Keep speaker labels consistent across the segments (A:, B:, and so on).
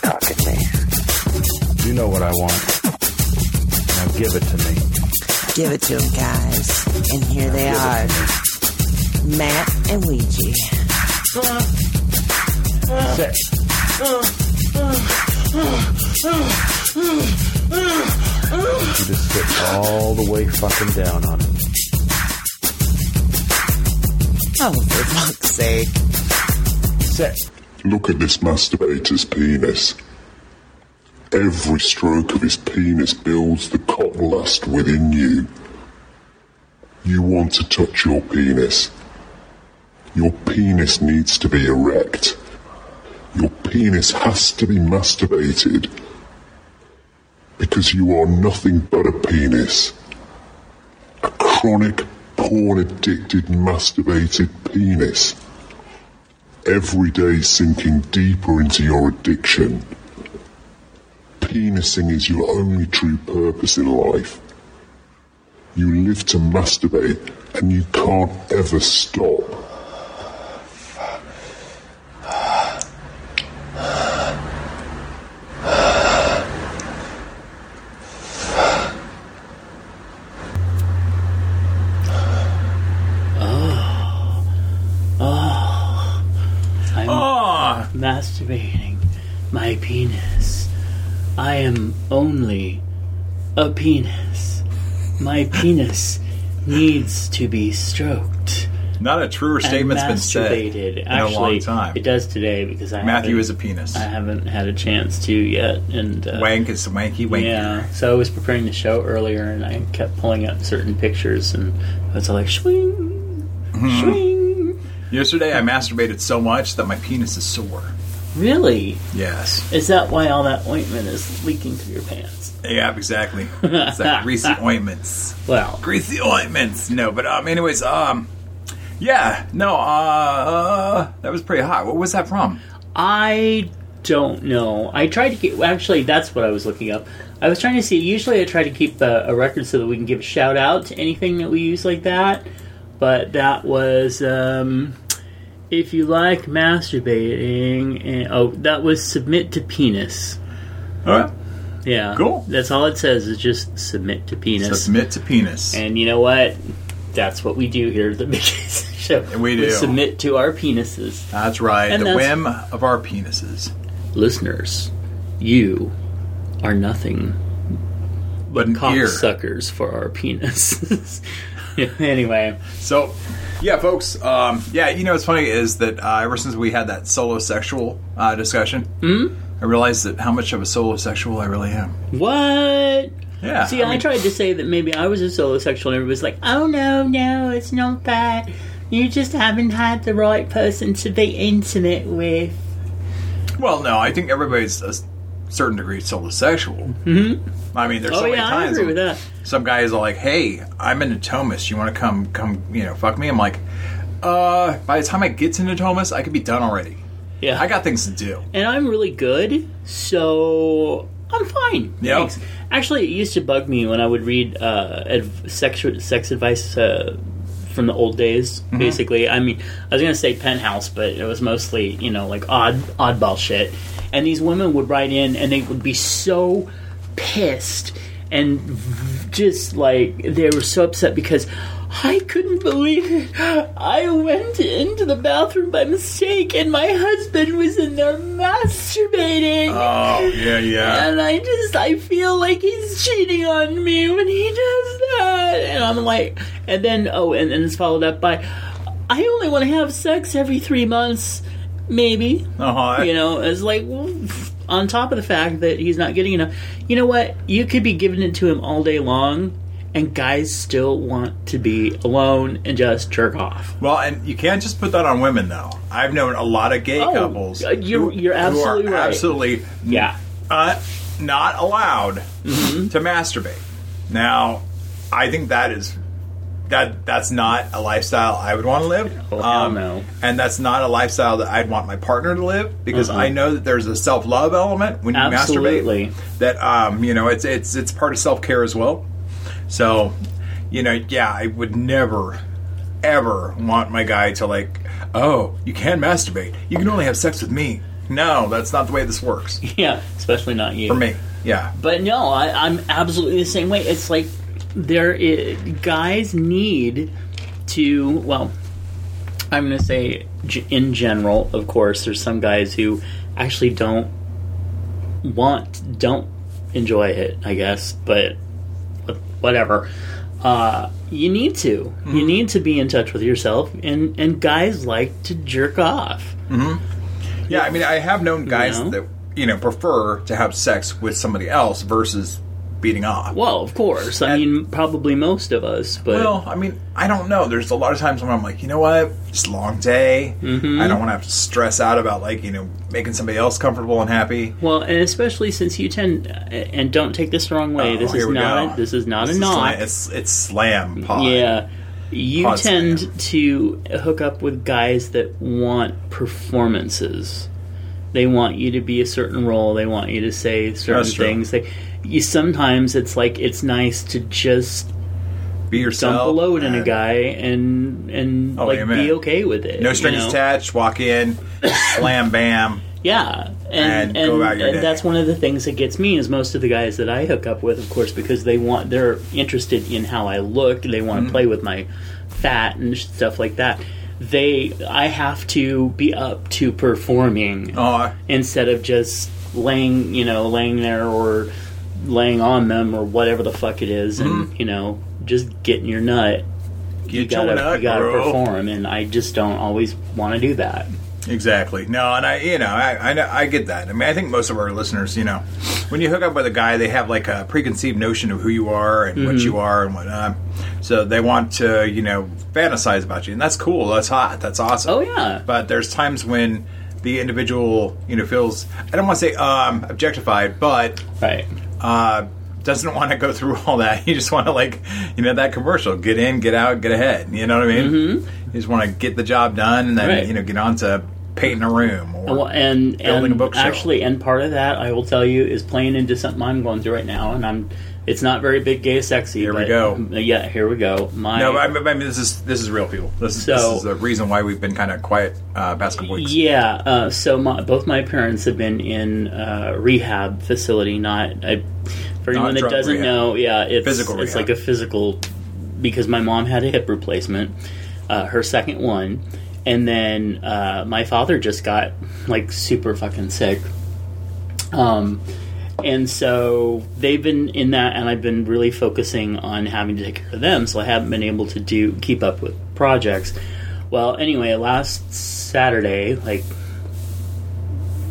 A: Talk at me.
B: You know what I want. Now give it to me.
C: Give it to them, guys. And here they are Matt and Ouija.
B: Sit. You just sit all the way fucking down on it.
C: Oh, for fuck's sake.
B: Sit.
D: Look at this masturbator's penis. Every stroke of his penis builds the cock lust within you. You want to touch your penis. Your penis needs to be erect. Your penis has to be masturbated. Because you are nothing but a penis. A chronic, porn addicted, masturbated penis every day sinking deeper into your addiction. Penising is your only true purpose in life. You live to masturbate and you can't ever stop.
E: I'm
F: Oh. Ah,
E: masturbating my penis. I am only a penis. My penis needs to be stroked.
F: Not a truer statement's been said
E: masturbated.
F: in
E: Actually,
F: a long time.
E: it does today because I
F: Matthew
E: haven't-
F: is a penis.
E: I haven't had a chance to yet, and uh,
F: Wank is wanky wanky.
E: yeah. So I was preparing the show earlier, and I kept pulling up certain pictures, and I was all like, swing,
F: Mm-hmm.
E: swing.
F: Yesterday I masturbated so much that my penis is sore.
E: Really?
F: Yes.
E: Is that why all that ointment is leaking through your pants?
F: Yeah, exactly. It's like greasy ointments.
E: Well,
F: Greasy ointments. No, but um anyways, um yeah, no, uh, uh that was pretty hot. What was that from?
E: I don't know. I tried to get. Actually, that's what I was looking up. I was trying to see. Usually, I try to keep a, a record so that we can give a shout out to anything that we use like that. But that was. Um, if you like masturbating, and, oh, that was submit to penis.
F: Alright.
E: Yeah,
F: Cool.
E: That's all it says is just submit to penis.
F: Submit to penis.
E: And you know what? That's what we do here at the Big Show.
F: We do.
E: submit to our penises.
F: That's right.
E: And
F: the
E: that's-
F: whim of our penises.
E: listeners, you are nothing
F: But an
E: cocksuckers
F: ear.
E: suckers for our penis. Yeah, anyway,
F: So, yeah, folks. Um, yeah, you know what's funny is that uh, ever since we had that solo sexual uh, discussion,
E: Hmm?
F: I realized that how much of a solo sexual I really am.
E: what?
F: Yeah.
E: See, I,
F: mean,
E: tried to say that maybe I was a solo sexual, and everybody's like, "Oh no, no, it's not that. You just haven't had the right person to be intimate with."
F: Well, no, I think everybody's a s- certain degree solo sexual. Mm-hmm. I mean, there's
E: Oh
F: so many
E: yeah, I
F: times
E: agree with that.
F: some guys are like, "Hey, I'm into Thomas. You want to come, come, you know, fuck me?" I'm like, uh, by the time I get to Thomas, I could be done already.
E: Yeah,
F: I got things to do.
E: and I'm really good, so I'm fine.
F: Yep.
E: Thanks. Actually, it used to bug me when I would read uh, adv- sex sex advice uh, from the old days. Basically, I mean, I was gonna say penthouse, but it was mostly you know like odd oddball shit. And these women would write in, and they would be so pissed and v- just like they were so upset because. I couldn't believe it. I went into the bathroom by mistake and my husband was in there masturbating.
F: Oh yeah, yeah.
E: And I just I feel like he's cheating on me when he does that. And I'm like and then oh and, and it's followed up by I only want to have sex every three months, maybe.
F: Uh-huh.
E: You know, it's like well, on top of the fact that he's not getting enough. You know what? You could be giving it to him all day long and guys still want to be alone and just jerk off.
F: Well, and you can't just put that on women though. I've known a lot of gay
E: Oh,
F: couples.
E: uh, you're-
F: who-
E: you're absolutely
F: who are
E: right.
F: absolutely
E: Yeah.
F: uh, not allowed
E: Mm-hmm.
F: to masturbate. Now, I think that is that that's not a lifestyle I would want to live. Um,
E: Oh, hell no.
F: And that's not a lifestyle that I'd want my partner to live because
E: Uh-uh.
F: I know that there's a self love element when you
E: Absolutely.
F: masturbate. That um, you know, it's it's it's part of self care as well. So, you know, yeah, I would never ever want my guy to like, oh, you can masturbate. You can only have sex with me. No, that's not the way this works.
E: Yeah, especially not you.
F: For me. Yeah.
E: But no, I, I'm absolutely the same way. It's like there i guys need to. Well, I'm going to say g- in general, of course, there's some guys who actually don't want, don't enjoy it. I guess, but wh- whatever. Uh, you need to. You need to be in touch with yourself, and and guys like to jerk off.
F: Yeah, I mean, I have known guys
E: know?
F: that you know prefer to have sex with somebody else versus beating off.
E: Well, of course. I mean, probably most of us, but
F: Well, I mean, I don't know. There's a lot of times when I'm like, you know what, it's a long day.
E: Mm-hmm.
F: I don't want to have to stress out about like you know making somebody else comfortable and happy.
E: Well, and especially since you tend, and don't take this the wrong way.
F: Oh,
E: this is
F: here we
E: not.
F: go.
E: This is not
F: It's
E: a knock.
F: slam- it's it's slam pod.
E: yeah, you
F: Pod
E: tend
F: slam.
E: to hook up with guys that want performances. They want you to be a certain role. They want you to say certain
F: That's true.
E: things. They, you sometimes it's like it's nice to just
F: be yourself.
E: dump a load in a
F: and
E: guy and and
F: Oh,
E: like
F: amen.
E: be okay with it.
F: No
E: you
F: strings
E: know?
F: attached. Walk in, slam, bam.
E: Yeah, and
F: And go
E: and,
F: about your
E: and
F: day.
E: that's one of the things that gets me is most of the guys that I hook up with, of course, because they want they're interested in how I look, they want
F: Mm-hmm.
E: to play with my fat and sh- stuff like that. They, I have to be up to performing
F: Oh,
E: instead of just laying, you know, laying there or laying on them or whatever the fuck it is,
F: Mm-hmm.
E: and you know, just getting your nut.
F: get
E: You gotta,
F: your nut,
E: you gotta
F: bro.
E: perform, and I just don't always want to do that.
F: Exactly. No, and I, you know, I, I, know- I get that. I mean, I think most of our listeners, you know, when you hook up with a guy, they have like a preconceived notion of who you are and
E: Mm-hmm.
F: what you are and whatnot. So they want to, you know, fantasize about you, and that's cool. That's hot. That's awesome.
E: Oh, yeah.
F: But there's times when the individual, you know, feels I don't want to say um, objectified, but
E: Right.
F: uh, doesn't want to go through all that. You just want to like, you know, that commercial: get in, get out, get ahead. You know what I mean? You just want to get the job done, and then
E: Mm-hmm. Right.
F: you know, get on to painting a room or
E: Well, and
F: building
E: and
F: a bookshelf.
E: actually, and part of that I will tell you is playing into something I'm going through right now, and I'm. It's not very big, gay, sexy. Here
F: we go.
E: Yeah, here we go. My
F: no. I, mean- I mean, this is this is real people. This, is this
E: So-
F: is the reason why we've been kind of quiet uh, past couple weeks.
E: yeah. Uh, so my, both my parents have been in uh, rehab facility. Not I, for anyone that
F: drug
E: doesn't
F: rehab.
E: know, yeah, it's
F: Physical
E: It's
F: rehab.
E: like a physical because my mom had a hip replacement, uh, her second one, and then uh, my father just got like super fucking sick. Um, and so they've been in that, and I've been really focusing on having to take care of them, so I haven't been able to do keep up with projects. Well, anyway, last Saturday, like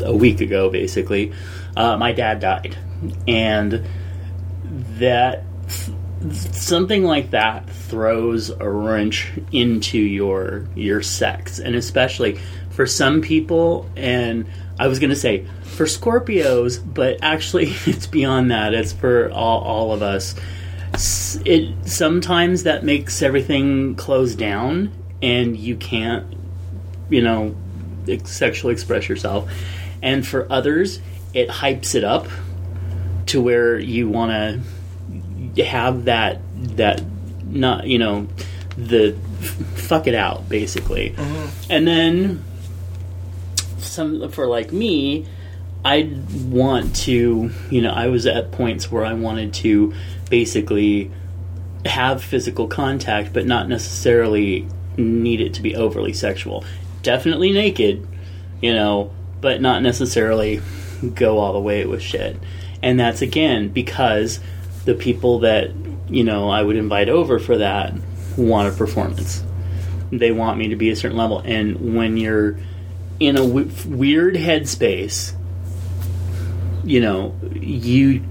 E: a week ago, basically, uh, my dad died, and that something like that throws a wrench into your your sex and especially for some people and i was going to say for scorpios but actually it's beyond that it's for all, all of us S- it sometimes that makes everything close down and you can't you know ex- sexually express yourself and for others it hypes it up to where you want to have that that not you know the f- fuck it out basically and then some for like me i want to you know i was at points where i wanted to basically have physical contact but not necessarily need it to be overly sexual definitely naked you know but not necessarily go all the way with shit and that's again because the people that you know I would invite over for that want a performance. They want me to be a certain level, and when you're in a w- weird headspace, you know you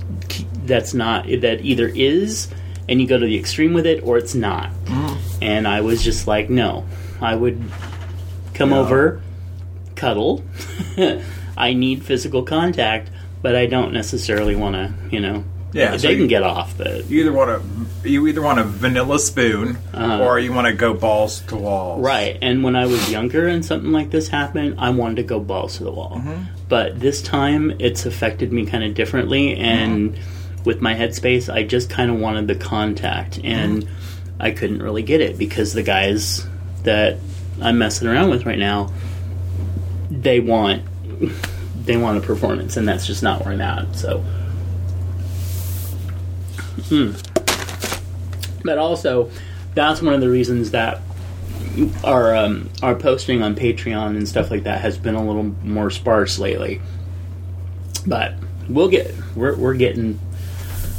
E: that's not that either is and you go to the extreme with it, or it's not.
F: Mm-hmm.
E: And I was just like, no, I would come over, cuddle. I need physical contact, but I don't necessarily want to, you know.
F: Yeah,
E: they
F: so
E: can
F: you-
E: get off, but
F: You either want a you either want a vanilla spoon or you want to go balls to walls.
E: Uh-huh. Right, and when I was younger and something like this happened, I wanted to go balls to the wall. But this time, it's affected me kind of differently, and with my headspace, I just kind of wanted the contact, and I couldn't really get it because the guys that I'm messing around with right now, they want they want a performance, and that's just not where I'm at. So, Hmm. but also, that's one of the reasons that our um, our posting on Patreon and stuff like that has been a little more sparse lately. But we'll get we're we're getting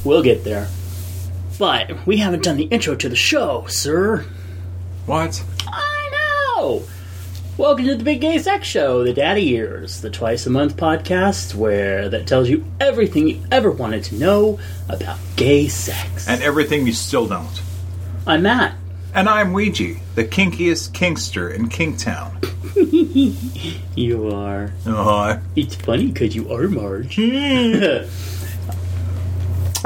E: we'll get there. But we haven't done the intro to the show, sir.
F: What?
E: I know. Welcome to the Big Gay Sex Show, the Daddy Years, the twice a month podcast where that tells you everything you ever wanted to know about gay sex.
F: And everything you still don't.
E: I'm Matt.
F: And I'm Ouija, the kinkiest kinkster in Kingtown.
E: You are.
F: Uh,
E: It's funny because you are Marge.
F: Hmm.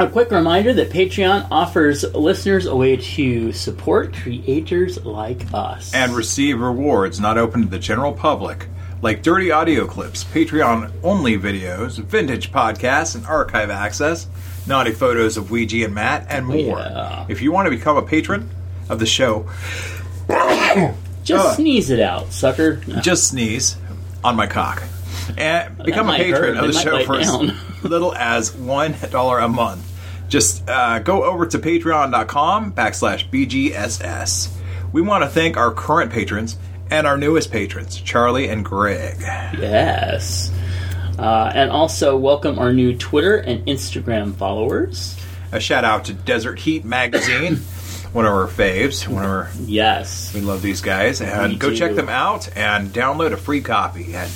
E: a quick reminder that Patreon offers listeners a way to support creators like us.
F: and receive rewards not open to the general public, like dirty audio clips, Patreon only videos, vintage podcasts, and archive access, naughty photos of Ouija and Matt, and more.
E: Yeah.
F: If you want to become a patron of the show,
E: just
F: uh.
E: sneeze it out, sucker.
F: just sneeze on my cock. And become a
E: might
F: patron
E: hurt.
F: of
E: They
F: the
E: might
F: show
E: bite
F: for as
E: down.
F: little as $1 a month. Just uh, go over to patreon.com backslash BGSS. We want to thank our current patrons and our newest patrons, Charlie and Greg.
E: Yes. Uh, and also welcome our new Twitter and Instagram followers.
F: A shout out to Desert Heat Magazine, one of our faves. One of our,
E: Yes.
F: we love these guys. And
E: Me
F: go check
E: too.
F: them out and download a free copy at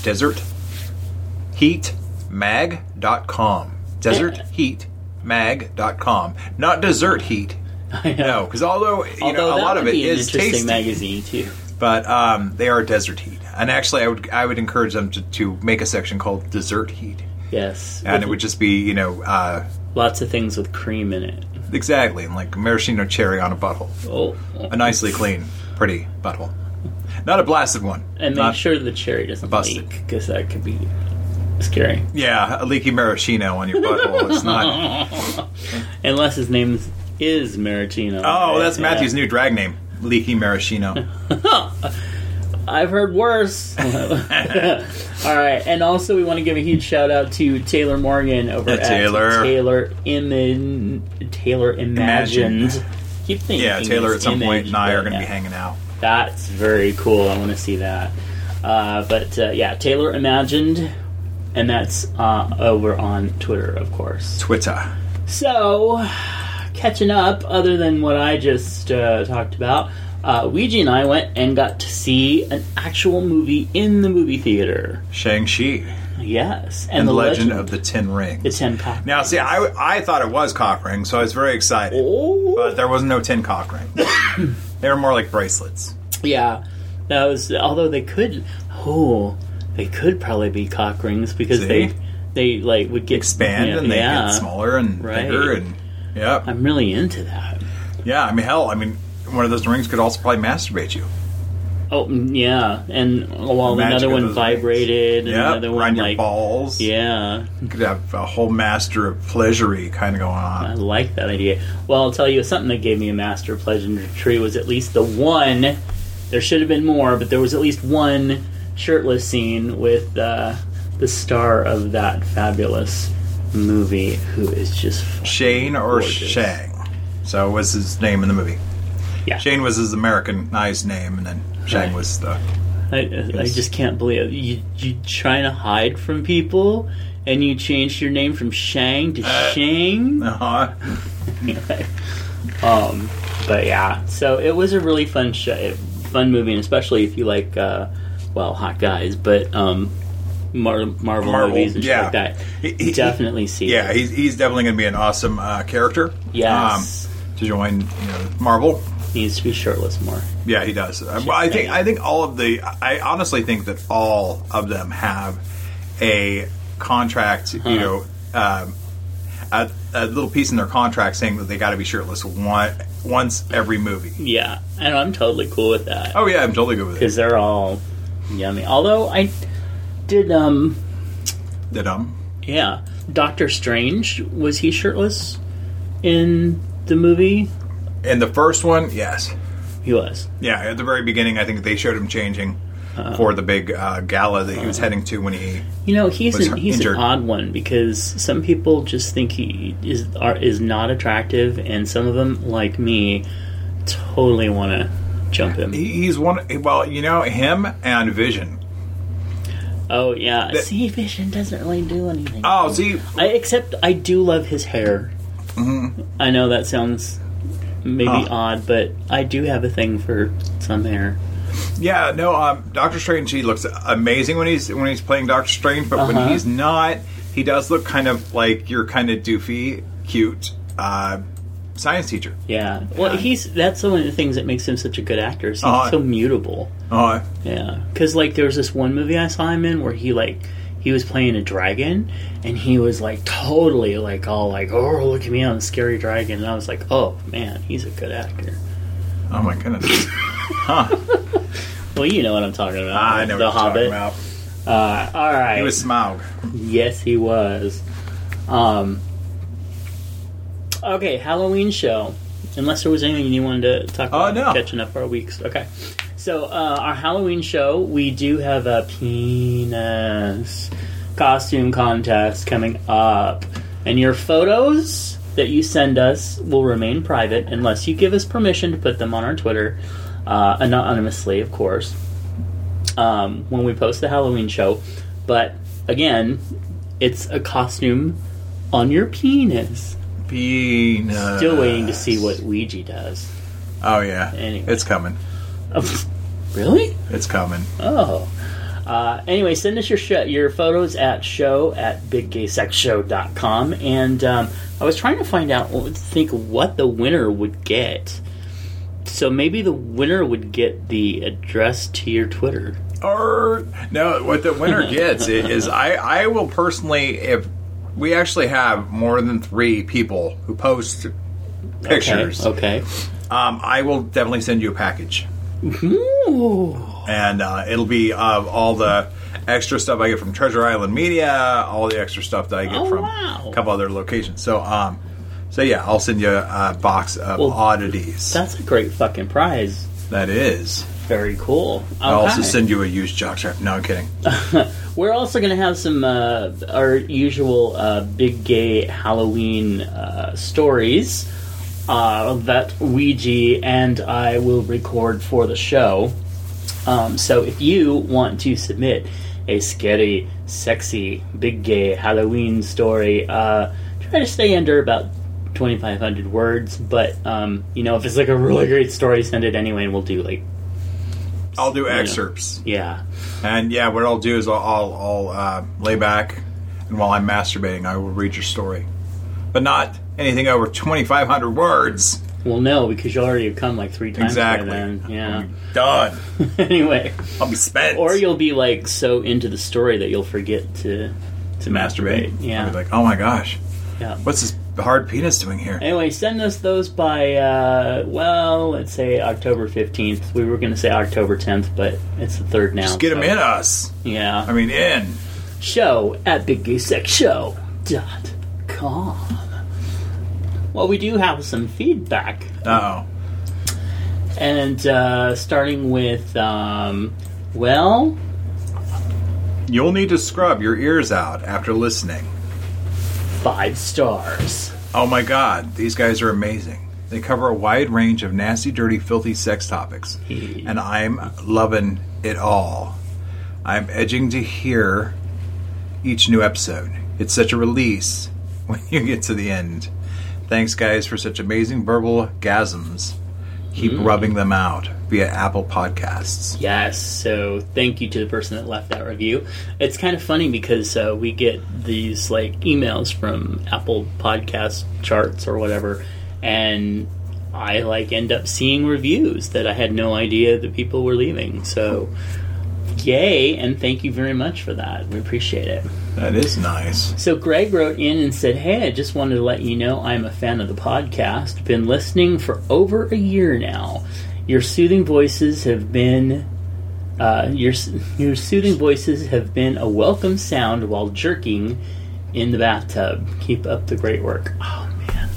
F: desertheatmag.com. Desertheatmag.com. Not dessert heat. No, because although you
E: Although
F: know a
E: that
F: lot of
E: would
F: it
E: be an
F: is
E: interesting
F: tasty,
E: magazine too.
F: but um, they are desert heat. And actually, I would I would encourage them to, to make a section called dessert heat,
E: Yes.
F: and it would just be you know uh,
E: Lots of things with cream in it.
F: exactly like maraschino cherry on a butthole.
E: Oh.
F: a nicely clean, pretty butthole. Not a blasted one.
E: And make
F: Not-
E: sure the cherry doesn't
F: Busted.
E: leak because that could be scary.
F: Yeah, a leaky maraschino on your butthole. It's not.
E: Unless his name is Maratino.
F: Oh, that's Matthew's new drag name, Leaky Maraschino.
E: I've heard worse. All right, and also we want to give a huge shout out to Taylor Morgan over
F: Yeah,
E: at
F: Taylor.
E: Taylor Imin Taylor Imagined.
F: Imagined.
E: Keep thinking.
F: Yeah, Taylor at
E: it's
F: some point
E: image,
F: and I are
E: but
F: going to be
E: yeah.
F: hanging out.
E: That's very cool. I want to see that. Uh, but uh, yeah, Taylor Imagined, and that's uh, over on Twitter, of course.
F: Twitter.
E: So, catching up, other than what I just uh, talked about, uh, Ouija and I went and got to see an actual movie in the movie theater.
F: Shang-Chi
E: Yes. And,
F: and the Legend of the Tin Ring.
E: the Ten Cock.
F: Now, see, I, I thought it was cock ring, so I was very excited.
E: Oh.
F: But there was no tin cock ring. they were more like bracelets.
E: Yeah. That was, although they could, oh, they could probably be cock rings because
F: See?
E: they, they like would get
F: Expand
E: yeah,
F: and they
E: yeah.
F: get smaller and
E: Right.
F: bigger and yeah,
E: I'm really into that.
F: yeah. I mean, hell, I mean, one of those rings could also probably masturbate you.
E: Oh, mm, yeah. And while
F: magic
E: another
F: of
E: one
F: those
E: vibrated, and
F: Yeah,
E: another one,
F: around your
E: like,
F: balls.
E: yeah.
F: You could have a whole master of pleasury kind of going
E: I
F: on.
E: like that idea. Well, I'll tell you something that gave me a master pleasure tree was at least the one. There should have been more, but there was at least one shirtless scene with uh, the star of that fabulous movie, who is just
F: Shane or
E: Gorgeous.
F: Shang. So was his name in the movie.
E: yeah.
F: Shane was his Americanized name, and then Shang
E: Right.
F: was the.
E: I, I just can't believe it. you you trying to hide from people, and you changed your name from Shang to Shang.
F: Uh-huh.
E: Um, but yeah, so it was a really fun show, fun movie, and especially if you like, uh, well, hot guys, but um, Mar- Marvel,
F: Marvel,
E: movies and
F: yeah.
E: stuff like that.
F: He- he-
E: Definitely see.
F: Yeah,
E: it.
F: he's, he's definitely going to be an awesome uh, character.
E: Yes.
F: Um, to join you know, Marvel.
E: He needs to be shirtless more.
F: Yeah, he does. I, well, I think I think all of the. I honestly think that all of them have a contract. You know, um, a, a little piece in their contract saying that they got to be shirtless one, once every movie.
E: Yeah, and I'm totally cool with that.
F: Oh yeah, I'm totally good with it.
E: because they're all yummy. Although I did, um,
F: Did um.
E: yeah, Doctor Strange was he shirtless in the movie?
F: In the first one, yes.
E: He was.
F: Yeah, at the very beginning, I think they showed him changing for the big uh, gala that he was heading to when he.
E: You know, he's
F: Was
E: an, he's
F: injured.
E: an odd one because some people just think he is are, is not attractive, and some of them, like me, totally want to jump him.
F: he- He's one. Well, you know him and Vision.
E: Oh yeah, see, Vision doesn't really do anything.
F: Oh, see,
E: I, except I do love his hair.
F: Mm-hmm.
E: I know that sounds maybe
F: Ah.
E: odd, but I do have a thing for some hair.
F: yeah, no. Um, Doctor Strange. He looks amazing when he's when he's playing Doctor Strange, but when
E: Uh-huh.
F: he's not, he does look kind of like your kind of doofy, cute uh, science teacher.
E: Yeah. Well, he's that's one of the things that makes him such a good actor. is He's
F: Uh-huh.
E: so mutable.
F: Uh,
E: Yeah. Because like there was this one movie I saw him in where he like he was playing a dragon and he was like totally like all like oh look at me I'm a scary dragon and I was like oh man he's a good actor.
F: oh my goodness!
E: Well, you know what I'm talking about.
F: Ah, I know
E: the
F: what you're
E: Hobbit.
F: talking about.
E: Uh, all right.
F: He was Smaug.
E: Yes, he was. Um, okay, Halloween show. Unless there was anything you wanted to talk
F: Oh,
E: about
F: no.
E: catching up our weeks. Okay. So, uh, our Halloween show, we do have a penis costume contest coming up. And your photos that you send us will remain private unless you give us permission to put them on our Twitter, uh, anonymously, of course um, when we post the Halloween show. But again, it's a costume on your penis.
F: Penis.
E: Still waiting to see what Ouija does.
F: Oh yeah,
E: Anyway.
F: it's coming.
E: Oh, really?
F: It's coming.
E: Oh. Uh, anyway, send us your sh- your photos at show at biggaysexshow.com. And um, I was trying to find out, think what the winner would get. So maybe the winner would get the address to your Twitter.
F: Or no, what the winner gets i- is I I will personally if we actually have more than three people who post pictures,
E: Eh? Okay. okay.
F: Um, I will definitely send you a package,
E: Ooh.
F: and uh, it'll be uh, all the extra stuff I get from Treasure Island Media, all the extra stuff that I get
E: Oh,
F: from
E: wow.
F: a couple other locations. So um, so yeah, I'll send you a box of
E: Well,
F: oddities.
E: That's a great fucking prize.
F: that is.
E: Very cool.
F: I'll also
E: Okay.
F: send you a used jockstrap. No, I'm kidding.
E: We're also going to have some uh, our usual uh, big gay Halloween uh, stories uh, that Ouija and I will record for the show. Um, so if you want to submit a scary, sexy, big gay Halloween story, uh, try to stay under about 2,500 words. But um, you know, if it's like a really great story, send it anyway, and we'll do like
F: I'll do excerpts.
E: yeah.
F: And yeah, what I'll do is I'll, I'll, I'll uh, lay back, and while I'm masturbating, I will read your story, but not anything over 2,500 words.
E: Well, no, because you already have come like three times
F: Exactly.
E: by then. Yeah.
F: Done.
E: anyway,
F: I'll be spent.
E: or you'll be like so into the story that you'll forget to to masturbate.
F: masturbate. I'll
E: Yeah.
F: be like, oh my gosh,
E: yeah.
F: what's this hard penis doing here?
E: Anyway, send us those by uh, well, let's say October fifteenth. We were going to say October tenth, but it's the third now.
F: Just get him
E: so-
F: in us.
E: Yeah.
F: I mean, in.
E: show at biggaysexshow.com. Well, we do have some feedback
F: Oh,
E: and uh, starting with um, well
F: you'll need to scrub your ears out after listening.
E: five stars
F: Oh my God, these guys are amazing. They cover a wide range of nasty, dirty, filthy sex topics, and I'm loving it all. I'm edging to hear each new episode. It's such a release when you get to the end. Thanks, guys, for such amazing verbal gasms. Keep rubbing them out via Apple Podcasts.
E: yes so thank you to the person that left that review it's kind of funny because uh, we get these like emails from apple podcast charts or whatever and I like end up seeing reviews that I had no idea that people were leaving. So, yay! And thank you very much for that. We appreciate it.
F: That is nice.
E: So Greg wrote in and said, "Hey, I just wanted to let you know I'm a fan of the podcast. Been listening for over a year now. Your soothing voices have been uh, your your soothing voices have been a welcome sound while jerking in the bathtub. Keep up the great work." Oh man,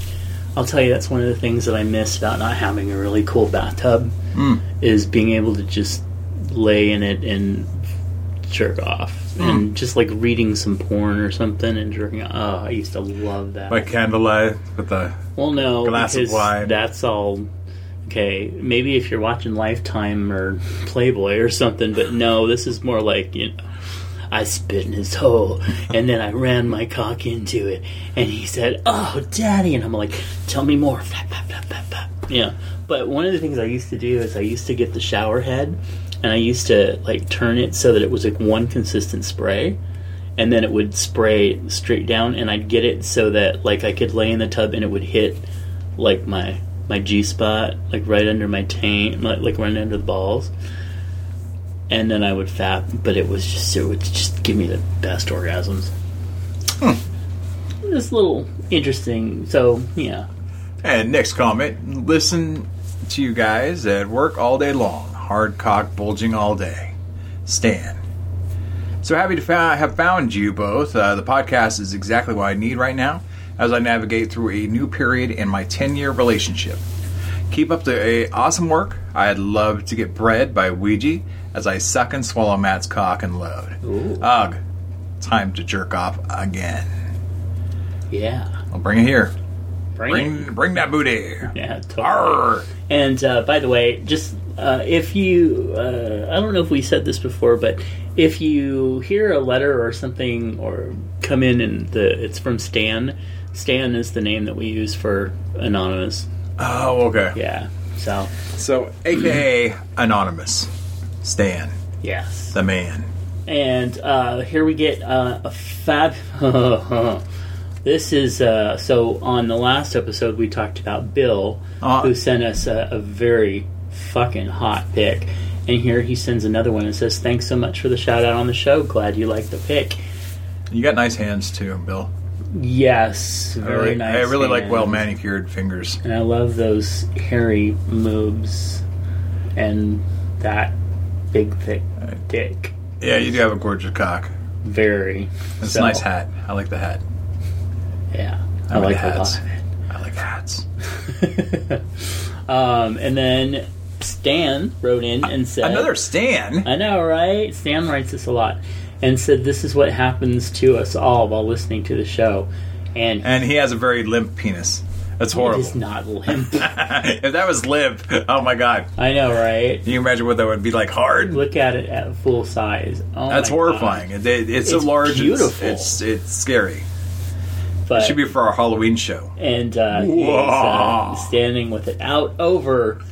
E: I'll tell you that's one of the things that I miss about not having a really cool bathtub is being able to just lay in it and jerk off and just like reading some porn or something and jerking off. Oh, I used to love that.
F: By candlelight with the
E: well, no,
F: glass of
E: because
F: wine.
E: that's all. Okay, maybe if you're watching Lifetime or Playboy or something, but no, this is more like you know. I spit in his hole, and then I ran my cock into it, and he said, "Oh, daddy!" And I'm like, "Tell me more." Flap, flap, flap, flap, flap. Yeah. But one of the things I used to do is I used to get the shower head, and I used to like turn it so that it was like one consistent spray, and then it would spray straight down, and I'd get it so that like I could lay in the tub and it would hit like my my G spot, like right under my taint, like, like right under the balls. And then I would fap, but it was just it would just give me the best orgasms. It's a little interesting. So yeah,
F: And next comment listen to you guys at work all day long. Hard cock bulging all day. Stan. So happy to fa- have found you both. Uh, the podcast is exactly what I need right now as I navigate through a new period in my 10 year relationship. Keep up the uh, awesome work. I'd love to get bread by Ouija as I suck and swallow Matt's cock and load. Ugh, time to jerk off again.
E: yeah,
F: I'll bring it here.
E: bring, it.
F: Bring, bring that booty.
E: Yeah, totally.
F: Arr.
E: And uh, by the way, just uh, if you, uh, I don't know if we said this before, but if you hear a letter or something or come in and the it's from Stan, Stan is the name that we use for anonymous.
F: Oh, okay.
E: Yeah. So
F: So, aka Anonymous, Stan,
E: yes.
F: the man.
E: And uh, here we get uh, a fab. this is uh, so on the last episode we talked about Bill,
F: Uh.
E: who sent us a, a very fucking hot pick, and here he sends another one and says, "Thanks so much for the shout out on the show. Glad you liked the pick."
F: You got nice hands too, Bill.
E: Yes,
F: I
E: very
F: really-
E: nice.
F: I really like
E: man.
F: well manicured fingers.
E: and I love those hairy moves and that big thick dick.
F: Yeah, you do have a gorgeous cock.
E: Very.
F: It's
E: So,
F: a nice hat. I like the hat.
E: Yeah, I,
F: I like
E: like a
F: hats.
E: lot of it.
F: I like hats.
E: Um, and then Stan wrote in and said,
F: Another Stan.
E: I know, right? Stan writes this a lot. And said, This is what happens to us all while listening to the show. And,
F: And he has a very limp penis. That's
E: it
F: horrible.
E: is not limp.
F: if that was limp, oh my god.
E: I know, right?
F: Can you imagine what that would be like hard?
E: Look at it at full size. Oh
F: That's
E: my
F: horrifying. It, it- it's so
E: It's
F: large. It's,
E: beautiful.
F: it's it's scary.
E: God. But,
F: It should be for our Halloween show.
E: and uh, he's uh,
F: Whoa.
E: standing with it out over.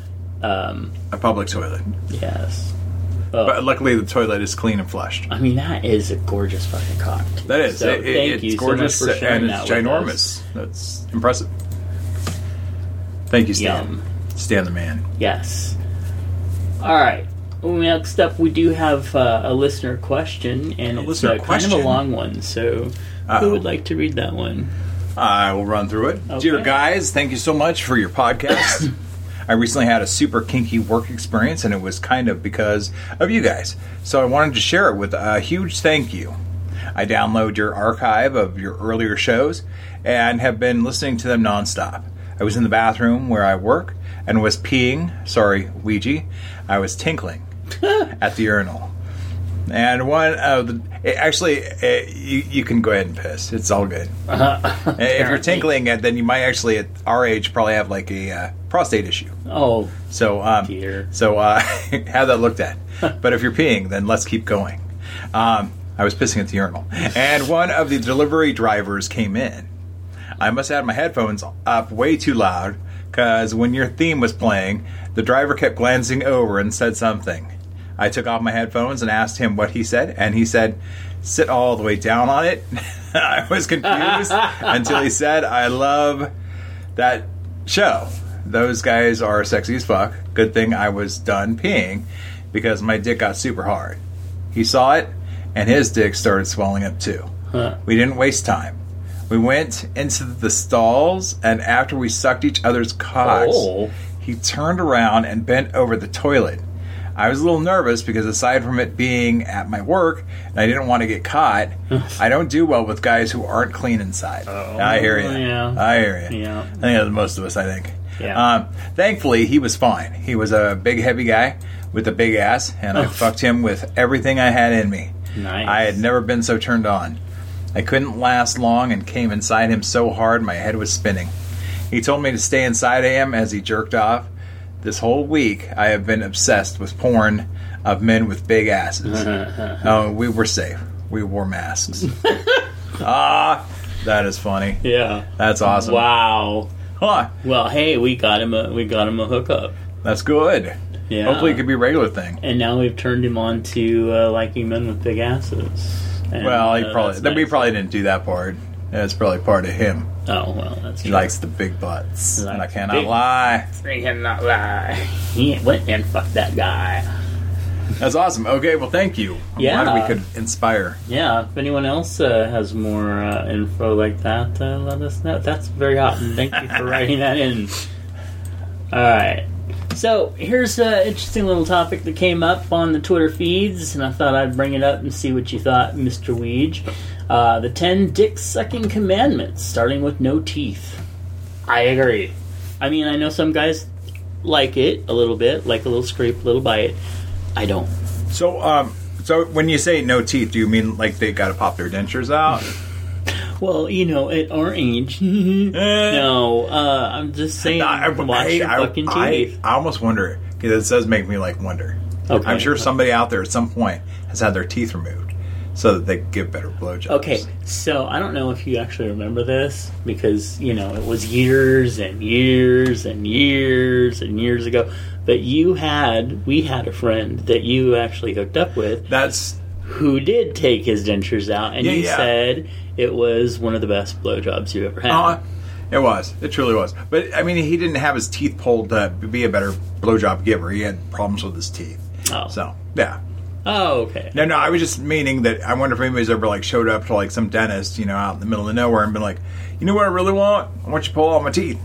E: Um,
F: A public toilet.
E: yes.
F: But luckily, the toilet is clean and flushed.
E: I mean, that is a gorgeous fucking cock.
F: That is.
E: So
F: It- it-
E: thank
F: it's
E: you so much
F: gorgeous
E: for sharing
F: and
E: that
F: it's
E: with us.
F: ginormous. That's impressive. Thank you, Stan.
E: Yum.
F: Stan the man.
E: Yes. All right. Well, next up, we do have uh, a listener question, and it's
F: listener
E: uh, kind of
F: question?
E: a long one. So, who would like to read that one?
F: I will run through it. Dear guys, thank you so much for your podcast. I recently had a super kinky work experience, and it was kind of because of you guys. So I wanted to share it with a huge thank you. I download your archive of your earlier shows and have been listening to them nonstop. I was in the bathroom where I work and was peeing, sorry, Ouija. I was tinkling at the urinal. And one of the it- actually, eh, you, you can go ahead and piss. It's all good. Eh, if you're tinkling, eh, then you might actually at our age probably have like a uh, prostate issue.
E: Oh,
F: So, um,
E: Dear.
F: so uh, have that looked at. but if you're peeing, then let's keep going. Um, I was pissing at the urinal, and one of the delivery drivers came in. I must have had my headphones up way too loud because when your theme was playing, the driver kept glancing over and said something. I took off my headphones and asked him what he said, and he said, "Sit all the way down on it." I was confused until he said, "I love that show." those guys are sexy as fuck. Good thing I was done peeing because my dick got super hard. He saw it, and his dick started swelling up too. We didn't waste time. We went into the stalls, and after we sucked each other's cocks,
E: Oh.
F: he turned around and bent over the toilet. I was a little nervous because aside from it being at my work and I didn't want to get caught, I don't do well with guys who aren't clean inside. I hear you.
E: Oh, yeah.
F: I hear you.
E: Yeah.
F: I think that's most of us, I think.
E: Yeah.
F: Um, thankfully, he was fine. He was a big, heavy guy with a big ass, and I fucked him with everything I had in me.
E: Nice.
F: I had never been so turned on. I couldn't last long and came inside him so hard my head was spinning. He told me to stay inside of him as he jerked off. This whole week, I have been obsessed with porn of men with big asses. oh, we were safe. We wore masks. ah, that is funny.
E: Yeah.
F: That's awesome.
E: Wow.
F: Huh,
E: Well, hey, we got him a we got him a hookup.
F: that's good.
E: Yeah.
F: Hopefully, it could be a regular thing.
E: and now we've turned him on to uh, liking men with big asses. And,
F: Well, he
E: uh,
F: probably
E: that's
F: then we
E: nice.
F: probably didn't do that part. That's probably part of him.
E: Oh well, that's
F: He
E: true.
F: likes the big butts,
E: He
F: and I
E: likes
F: cannot
E: big-
F: lie.
E: He cannot lie. He went and fuck that guy.
F: That's awesome. Okay, well, thank you. I'm
E: Yeah.
F: glad we could inspire.
E: Yeah, if anyone else uh, has more uh, info like that, uh, let us know. That's very hot, and thank you for writing that in. All right. So here's an interesting little topic that came up on the Twitter feeds, and I thought I'd bring it up and see what you thought, Mr. Weege. Uh, the 10 dick sucking commandments, starting with no teeth. I agree. I mean, I know some guys like it a little bit, like a little scrape, a little bite. I don't.
F: So, um, so when you say no teeth, do you mean like they got to pop their dentures out?
E: Well, you know, at our age.
F: Eh.
E: no, uh, I'm just saying.
F: Nah,
E: watch your fucking
F: I-
E: teeth.
F: I almost wonder because it does make me like wonder.
E: Okay.
F: I'm sure somebody out there at some point has had their teeth removed so that they could get better blowjobs.
E: okay, so I don't know if you actually remember this because you know it was years and years and years and years ago. But you had, we had a friend that you actually hooked up with
F: that's
E: who did take his dentures out, and
F: Yeah,
E: you
F: yeah.
E: said it was one of the best blowjobs you ever had.
F: Uh, it was. It truly was. But I mean, he didn't have his teeth pulled to be a better blowjob giver. He had problems with his teeth.
E: Oh.
F: So yeah.
E: oh, okay.
F: No, no. I was just meaning that I wonder if anybody's ever like showed up to like some dentist, you know, out in the middle of nowhere, and been like, you know what I really want? I want you to pull all my teeth.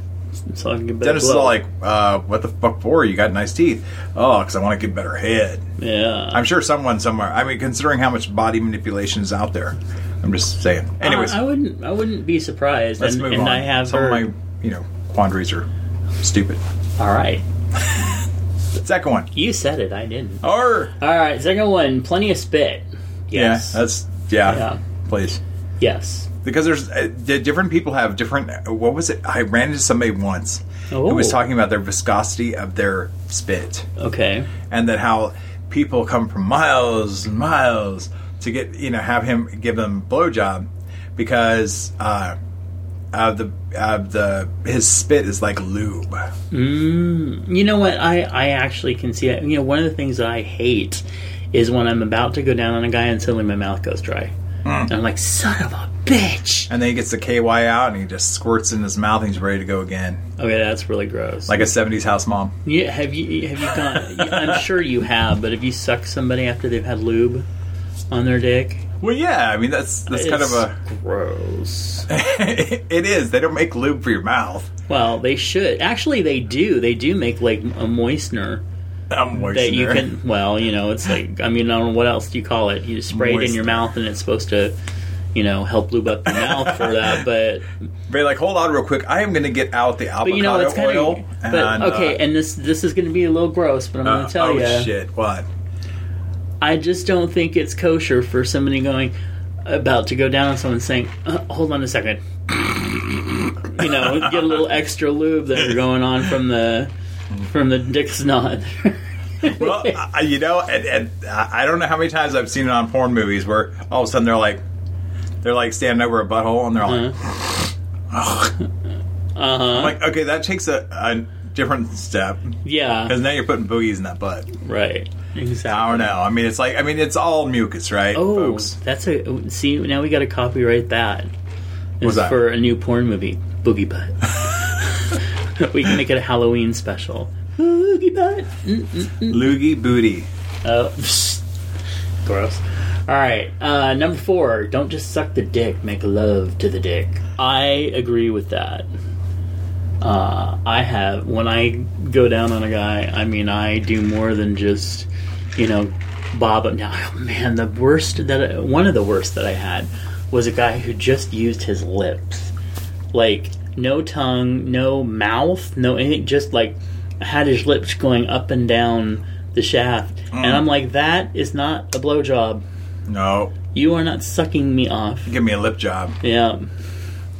E: So I can get better
F: Dentists
E: blow.
F: are like, uh, what the fuck for? You got nice teeth. Oh, because I want to get better head.
E: yeah.
F: I'm sure someone somewhere. I mean, considering how much body manipulation is out there, I'm just saying. Anyways,
E: I, I wouldn't. I wouldn't be surprised.
F: let's
E: and,
F: move
E: and
F: on.
E: I have
F: some
E: heard.
F: of my, you know, quandaries are stupid.
E: All right,
F: Second one.
E: you said it. I didn't.
F: Or
E: All right, second one. Plenty of spit. Yes.
F: yeah, uh, that's yeah,
E: Yeah.
F: Please,
E: yes.
F: because there's uh, di- different people have different. What was it? I ran into somebody once who was
E: Oh.
F: talking about their viscosity of their spit,
E: Okay.
F: and that how people come from miles and miles to get you know have him give them a blowjob because uh, of the of the his spit is like lube.
E: You know what? I I actually can see it. You know, one of the things that I hate is when I'm about to go down on a guy and suddenly my mouth goes dry.
F: Hmm.
E: And I'm like, son of a bitch.
F: And then he gets the KY out and he just squirts in his mouth and he's ready to go again.
E: Okay, that's really gross.
F: Like a 70s house mom.
E: yeah, have you have you gone? I'm sure you have, but have you sucked somebody after they've had lube on their dick?
F: Well, yeah, I mean, that's that's kind of
E: It's
F: a.
E: gross.
F: it is. They don't make lube for your mouth.
E: Well, they should. Actually, they do. They do make like a moistener
F: I'm moistener.
E: that you can. Well, you know, it's like I mean, I don't know what else do you call it. You spray it in your
F: Moistener.
E: mouth, and it's supposed to, you know, help lube up your mouth for that. But
F: But like, hold on, real quick. I am going to get out the avocado
E: but you know, it's kind
F: oil.
E: of. But okay,
F: uh,
E: and this this is going to be a little gross, but I'm going
F: uh,
E: to tell
F: oh
E: you,
F: shit! What?
E: I just don't think it's kosher for somebody going about to go down on someone saying, uh, "Hold on a second. you know, get a little extra lube that you're going on from the from the dick's nod.
F: Well, I, you know, and, and I I don't know how many times I've seen it on porn movies where all of a sudden they're like, they're like standing over a butthole and they're like,
E: Uh-huh.
F: I'm like okay, that takes a, a different step
E: yeah,
F: because now you're putting boogies in that butt.
E: right. Exactly.
F: I don't know. I mean, it's like, I mean, it's all mucus, right,
E: Oh,
F: folks?
E: that's a see. Now we got to copyright that. It's
F: that?
E: for a new porn movie, Boogie Butt. we can make it a Halloween special. Oogie butt.
F: Loogie booty.
E: Oh, gross. All right, uh, number four. Don't just suck the dick. Make love to the dick. I agree with that. Uh, I have when I go down on a guy. I mean, I do more than just you know bob up. Now, man, the worst that one of the worst that I had was a guy who just used his lips, like no tongue, no mouth, no anything. Just like had his lips going up and down the shaft,
F: Mm.
E: and I'm like, that is not a blowjob.
F: No.
E: You are not sucking me off.
F: Give me a lip job.
E: Yeah.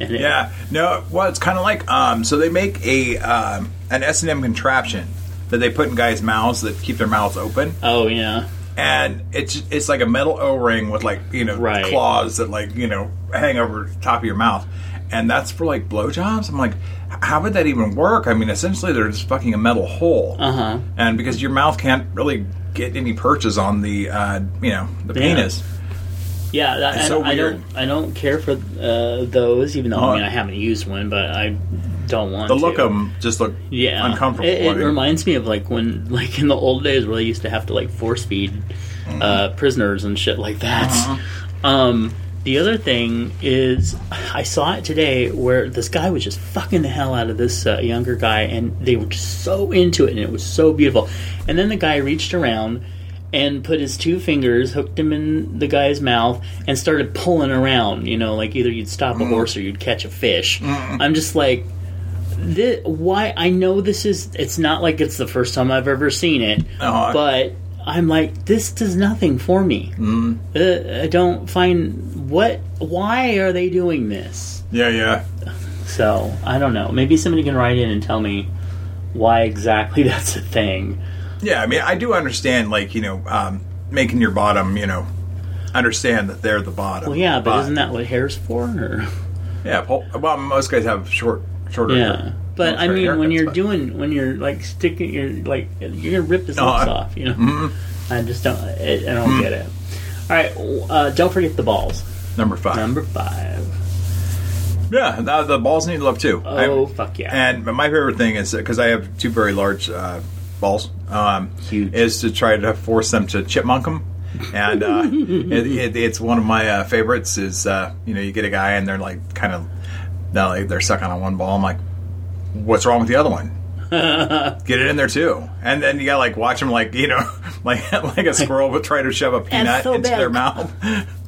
E: And it-
F: Yeah. No. Well, it's kind of like um. So they make a um an S and M contraption that they put in guys' mouths that keep their mouths open,
E: Oh yeah.
F: and it's it's like a metal O ring with like you know
E: Right.
F: claws that like you know hang over the top of your mouth, and that's for like blowjobs. I'm like. h- How would that even work? I mean, essentially, they're just fucking a metal hole, uh-huh. and because your mouth can't really get any purchase on the, uh, you know, the
E: Yeah.
F: penis.
E: Yeah, that,
F: It's
E: I,
F: so
E: I
F: weird.
E: don't. I don't care for uh, those, even though
F: Oh.
E: I mean I haven't used one, but I don't want
F: The look
E: to.
F: of them just look
E: yeah,
F: uncomfortable.
E: It, it
F: I mean,
E: reminds me of like when, like in the old days, where they used to have to like force feed
F: Mm-hmm.
E: uh, prisoners and shit like that.
F: Uh-huh.
E: Um, the other thing is, I saw it today where this guy was just fucking the hell out of this uh, younger guy, and they were just so into it, and it was so beautiful. And then the guy reached around and put his two fingers, hooked him in the guy's mouth, and started pulling around. You know, like either you'd stop a horse or you'd catch a fish. I'm just like, this, why I know this is it's not like it's the first time I've ever seen it,
F: Uh-huh.
E: but I'm like this does nothing for me. Mm. Uh, I don't find what why are they doing this?
F: yeah, yeah.
E: So I don't know. Maybe somebody can write in and tell me why exactly that's a thing.
F: Yeah, I mean, I do understand, like, you know, um, making your bottom, you know, understand that they're the bottom.
E: Well, yeah, but, isn't that what hair's for? Or?
F: Yeah, pol- well, most guys have short, shorter
E: Yeah.
F: hair.
E: But
F: Most
E: I
F: hair-
E: mean, when
F: haircuts,
E: you're
F: but-
E: doing, when you're like sticking, you're like, you're gonna rip his lips
F: No, I- Mm-hmm.
E: off. You know, I just don't, I, I don't get it. All right, uh, don't forget the balls.
F: Number five.
E: Number five.
F: yeah, the, the balls need love, too.
E: Oh
F: I-
E: fuck yeah!
F: And my favorite thing is, because I have two very large uh, balls, um,
E: Huge.
F: is to try to force them to chipmunk them. And uh, it, it, it's one of my uh, favorites is, uh, you know, you get a guy and they're like kind of, no, like, they're sucking on one ball. I'm like, what's wrong with the other one? get it in there too. And then you got to like watch them like, you know, like like a squirrel would try to shove a peanut
E: so
F: into their
E: bad.
F: mouth.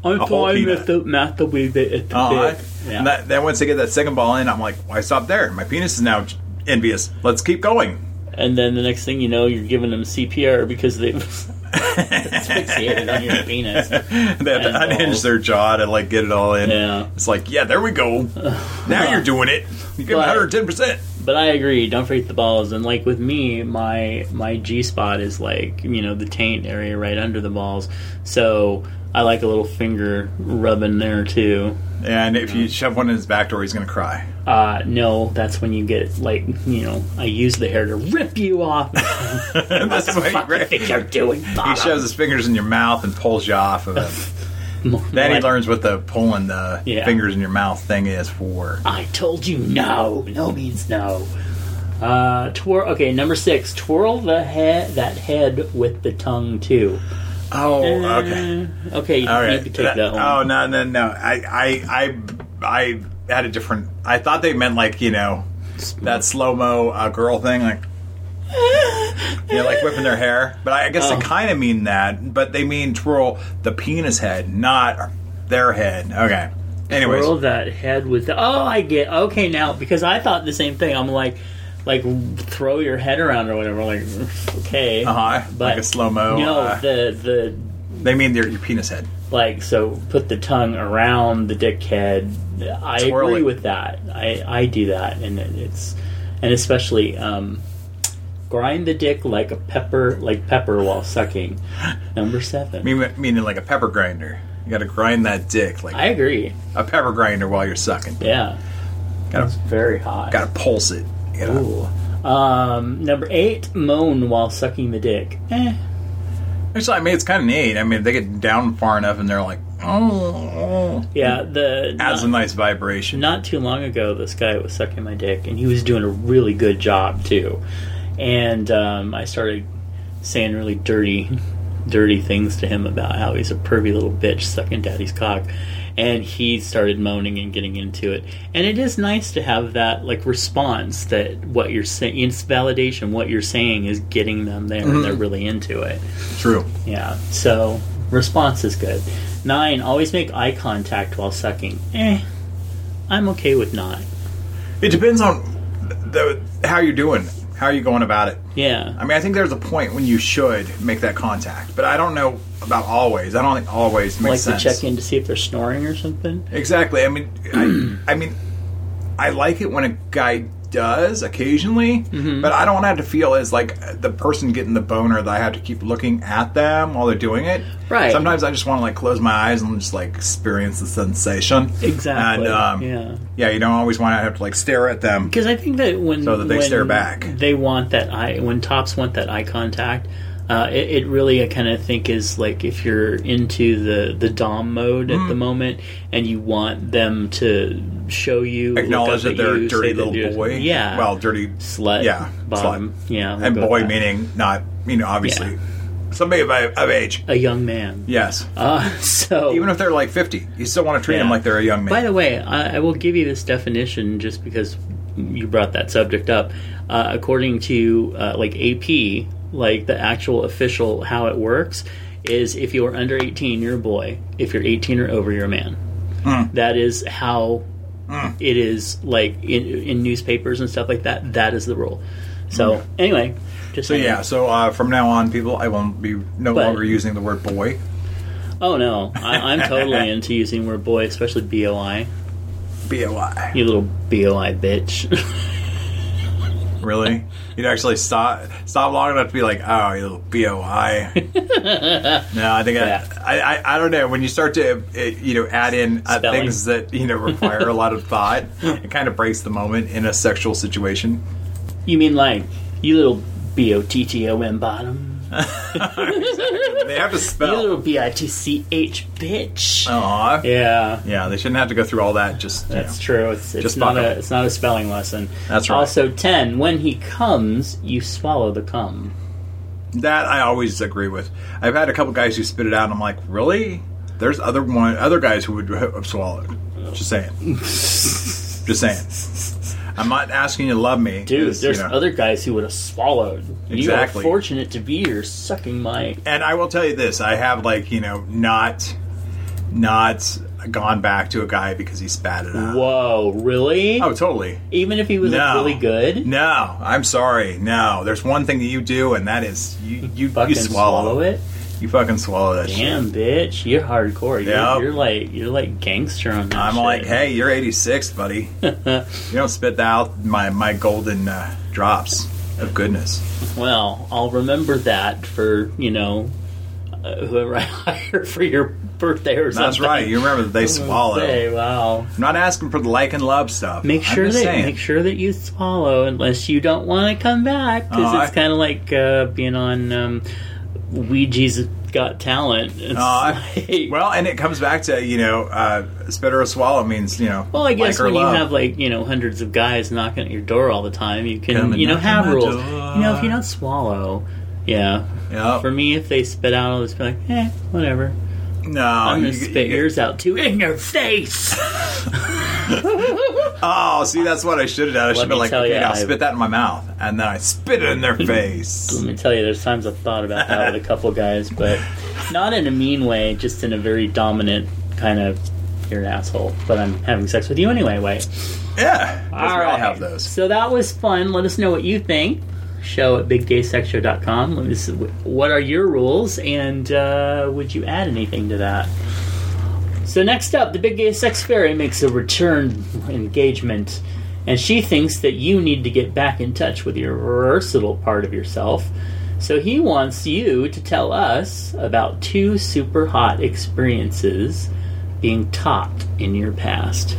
E: I'm
F: a whole
E: fine
F: peanut.
E: with the not the way that it
F: Uh-huh.
E: did. Yeah.
F: And that, then once they get that second ball in, I'm like, why stop there? My penis is now envious. Let's keep going.
E: and then the next thing you know, you're giving them CPR because they've asphyxiated on your penis.
F: They have to
E: And
F: unhinge
E: balls.
F: their jaw to like get it all in.
E: Yeah.
F: It's like, yeah, there we go. now you're doing it. You give
E: But-
F: 110 percent.
E: But I agree. Don't forget the balls. And like with me, my my G spot is like you know the taint area right under the balls. So I like a little finger rubbing there too.
F: And if you shove one in his back door, he's gonna cry.
E: Uh, no, that's when you get like you know I use the hair to rip you off.
F: That's what he
E: Fuck you
F: cra-
E: think you're doing?
F: He
E: Bottom.
F: shoves his fingers in your mouth and pulls you off of it. then he
E: Like,
F: learns what the pulling the
E: Yeah.
F: fingers in your mouth thing is for.
E: I told you no. No means no. Uh, twirl. Okay, number six. Twirl the head that head with the tongue too.
F: Oh, okay.
E: Okay, you
F: All right.
E: need to take that, one.
F: Oh no no no! I I I I had a different. I thought they meant like you know that slow mo uh, girl thing, like you know, like whipping their hair. But I, I guess
E: Oh.
F: they kind of mean that. But they mean twirl the penis head, not their head. Okay. Anyways,
E: Twirl that head with the oh I get okay now because I thought the same thing I'm like like throw your head around or whatever like okay
F: uh-huh. like
E: but
F: a slow mo.
E: no
F: uh,
E: the the
F: they mean their your penis head.
E: like so put the tongue around the dick head I
F: Twirl
E: agree
F: it.
E: with that I I do that and it, it's and especially um grind the dick like a pepper like pepper while sucking number seven
F: Mean- Meaning like a pepper grinder. You got to grind that dick like
E: I agree
F: a pepper grinder while you're sucking.
E: yeah
F: Got to
E: very hot
F: got to pulse it. You know?
E: Ooh. Um, number eight, moan while sucking the dick. Eh.
F: Actually, I mean, it's kind of neat. I mean, if they get down far enough and they're like, oh,
E: Yeah, the
F: adds a
E: not,
F: nice vibration.
E: not too long ago, this guy was sucking my dick, and he was doing a really good job too. And um, I started saying really dirty, dirty things to him about how he's a pervy little bitch sucking daddy's cock. And he started moaning and getting into it. And it is nice to have that like response that what you're saying, it's validation. What you're saying is getting them there, and they're really into it.
F: True.
E: Yeah. So response is good. Nine. Always make eye contact while sucking. Eh. I'm okay with not.
F: It depends on the, how you're doing, how you're going about it. I
E: Yeah.
F: mean, I think there's a point when you should make that contact, but I don't know about always. I don't think always
E: Like
F: makes
E: to
F: sense.
E: check in to see if they're snoring or something.
F: Exactly. I mean, I, I mean, I like it when a guy does occasionally,
E: Mm-hmm.
F: but I don't want to have to feel as like the person getting the boner that I have to keep looking at them while they're doing it.
E: Right.
F: Sometimes I just want to like close my eyes and just like experience the sensation.
E: Exactly.
F: And um,
E: yeah.
F: yeah, you don't always want to have to like stare at them.
E: Because I think that when
F: So that they
E: when
F: stare back.
E: they want that eye. When tops want that eye contact, uh, it, it really I kind of think is like if you're into the the dom mode at the
F: Mm-hmm.
E: moment and you want them to show you look
F: Acknowledge
E: up
F: that
E: at
F: they're
E: you,
F: a dirty
E: say that
F: little
E: you're-
F: boy.
E: Yeah.
F: Well, dirty
E: slut.
F: Yeah.
E: Bottom.
F: Slut.
E: Yeah. we'll
F: and
E: go with
F: boy
E: that.
F: meaning not you know obviously somebody of, of age.
E: a young man.
F: Yes.
E: Uh, so
F: Even if they're like 50, you still want to treat them
E: Yeah.
F: like they're a young man.
E: By the way, I, I will give you this definition just because you brought that subject up. Uh, according to uh, like AP, like the actual official how it works is if you are under 18, you're a boy. If you're 18 or over, you're a man.
F: Hmm.
E: That is how it is like in, in newspapers and stuff like that. That is the rule. So anyway, just
F: Hmm. So yeah, so uh, from now on, people, I won't be no
E: But-
F: longer using the word boy.
E: Oh no, I, I'm totally into using the word boy, especially boi.
F: B O I.
E: You little boi bitch.
F: Really? You'd actually stop stop long enough to be like, oh, you little B O I. No, I think
E: Yeah.
F: I, I, I I don't know. When you start to uh, you know add in uh,
E: Spelling.
F: things that you know require a lot of thought, it kind of breaks the moment in a sexual situation.
E: You mean like you little b o t t o m bottom?
F: They have
E: You little
F: to spell.
E: b i t c h bitch.
F: Oh. Aw.
E: Yeah,
F: Yeah, they shouldn't have to go through all that. Just you know.
E: that's true. It's, it's
F: Just
E: not
F: buckle.
E: a it's not a spelling lesson.
F: That's right.
E: Also, ten. When he comes, you swallow the cum.
F: That I always agree with. I've had a couple guys who spit it out, and I'm like, really? There's other one, other guys who would have swallowed. Just saying. Just saying. I'm not asking you to love me,
E: Dude,
F: It's, you
E: there's
F: know.
E: other guys who would have swallowed.
F: Exactly.
E: You are fortunate to be here sucking my.
F: And I will tell you this: I have like you know not not gone back to a guy because he spat it out.
E: Whoa, really?
F: Oh, totally.
E: Even if he was like,
F: No.
E: really good,
F: No, I'm sorry. No, there's one thing that you do, and that is you you,
E: fucking
F: you swallow.
E: swallow it.
F: You fucking swallow that shit.
E: Damn, bitch, you're hardcore. You're,
F: Yep.
E: you're like you're like gangster on that.
F: I'm
E: shit.
F: like, hey, you're 86, buddy. you don't spit out my my golden uh, drops of goodness.
E: Well, I'll remember that for you know uh, whoever I hire for your birthday or something.
F: That's right. You remember that they swallow.
E: Say, wow.
F: I'm not asking for the like and love stuff.
E: Make
F: I'm
E: sure
F: just
E: that
F: saying.
E: make sure that you swallow unless you don't want to come back because
F: Aw.
E: it's kind of like uh, being on um, Ouija's Got Talent. It's
F: Aw.
E: like-
F: Oh, Well, and it comes back to you know, uh, spit or swallow means you know.
E: Well, I guess
F: like or
E: when
F: love.
E: you have like you know hundreds of guys knocking at your door all the time, you
F: Come
E: can
F: and
E: you know
F: knock
E: have
F: on my
E: rules.
F: door.
E: You know, if you don't swallow, yeah.
F: Yep.
E: For me, if they spit out, I'll just be like, eh, whatever.
F: no,
E: I'm gonna
F: you-
E: spit
F: you-
E: yours out too in your face.
F: Oh, see, that's what I should have done. I should have
E: me
F: been like,
E: tell
F: you,
E: ya,
F: know,
E: I-
F: spit that in my mouth, and then I spit it in their face.
E: Let me tell you, there's times I've thought about that with a couple guys, but not in a mean way, just in a very dominant kind of you're an asshole, but I'm having sex with you anyway. Way.
F: yeah, 'cause we all
E: right.
F: have those.
E: So that was fun. Let us know what you think. Show at biggaysexshow.com. Let me see, what are your rules, and uh, would you add anything to that? So next up, the Big Gay Sex Fairy makes a return engagement, and she thinks that you need to get back in touch with your versatile part of yourself. So he wants you to tell us about two super hot experiences being topped in your past.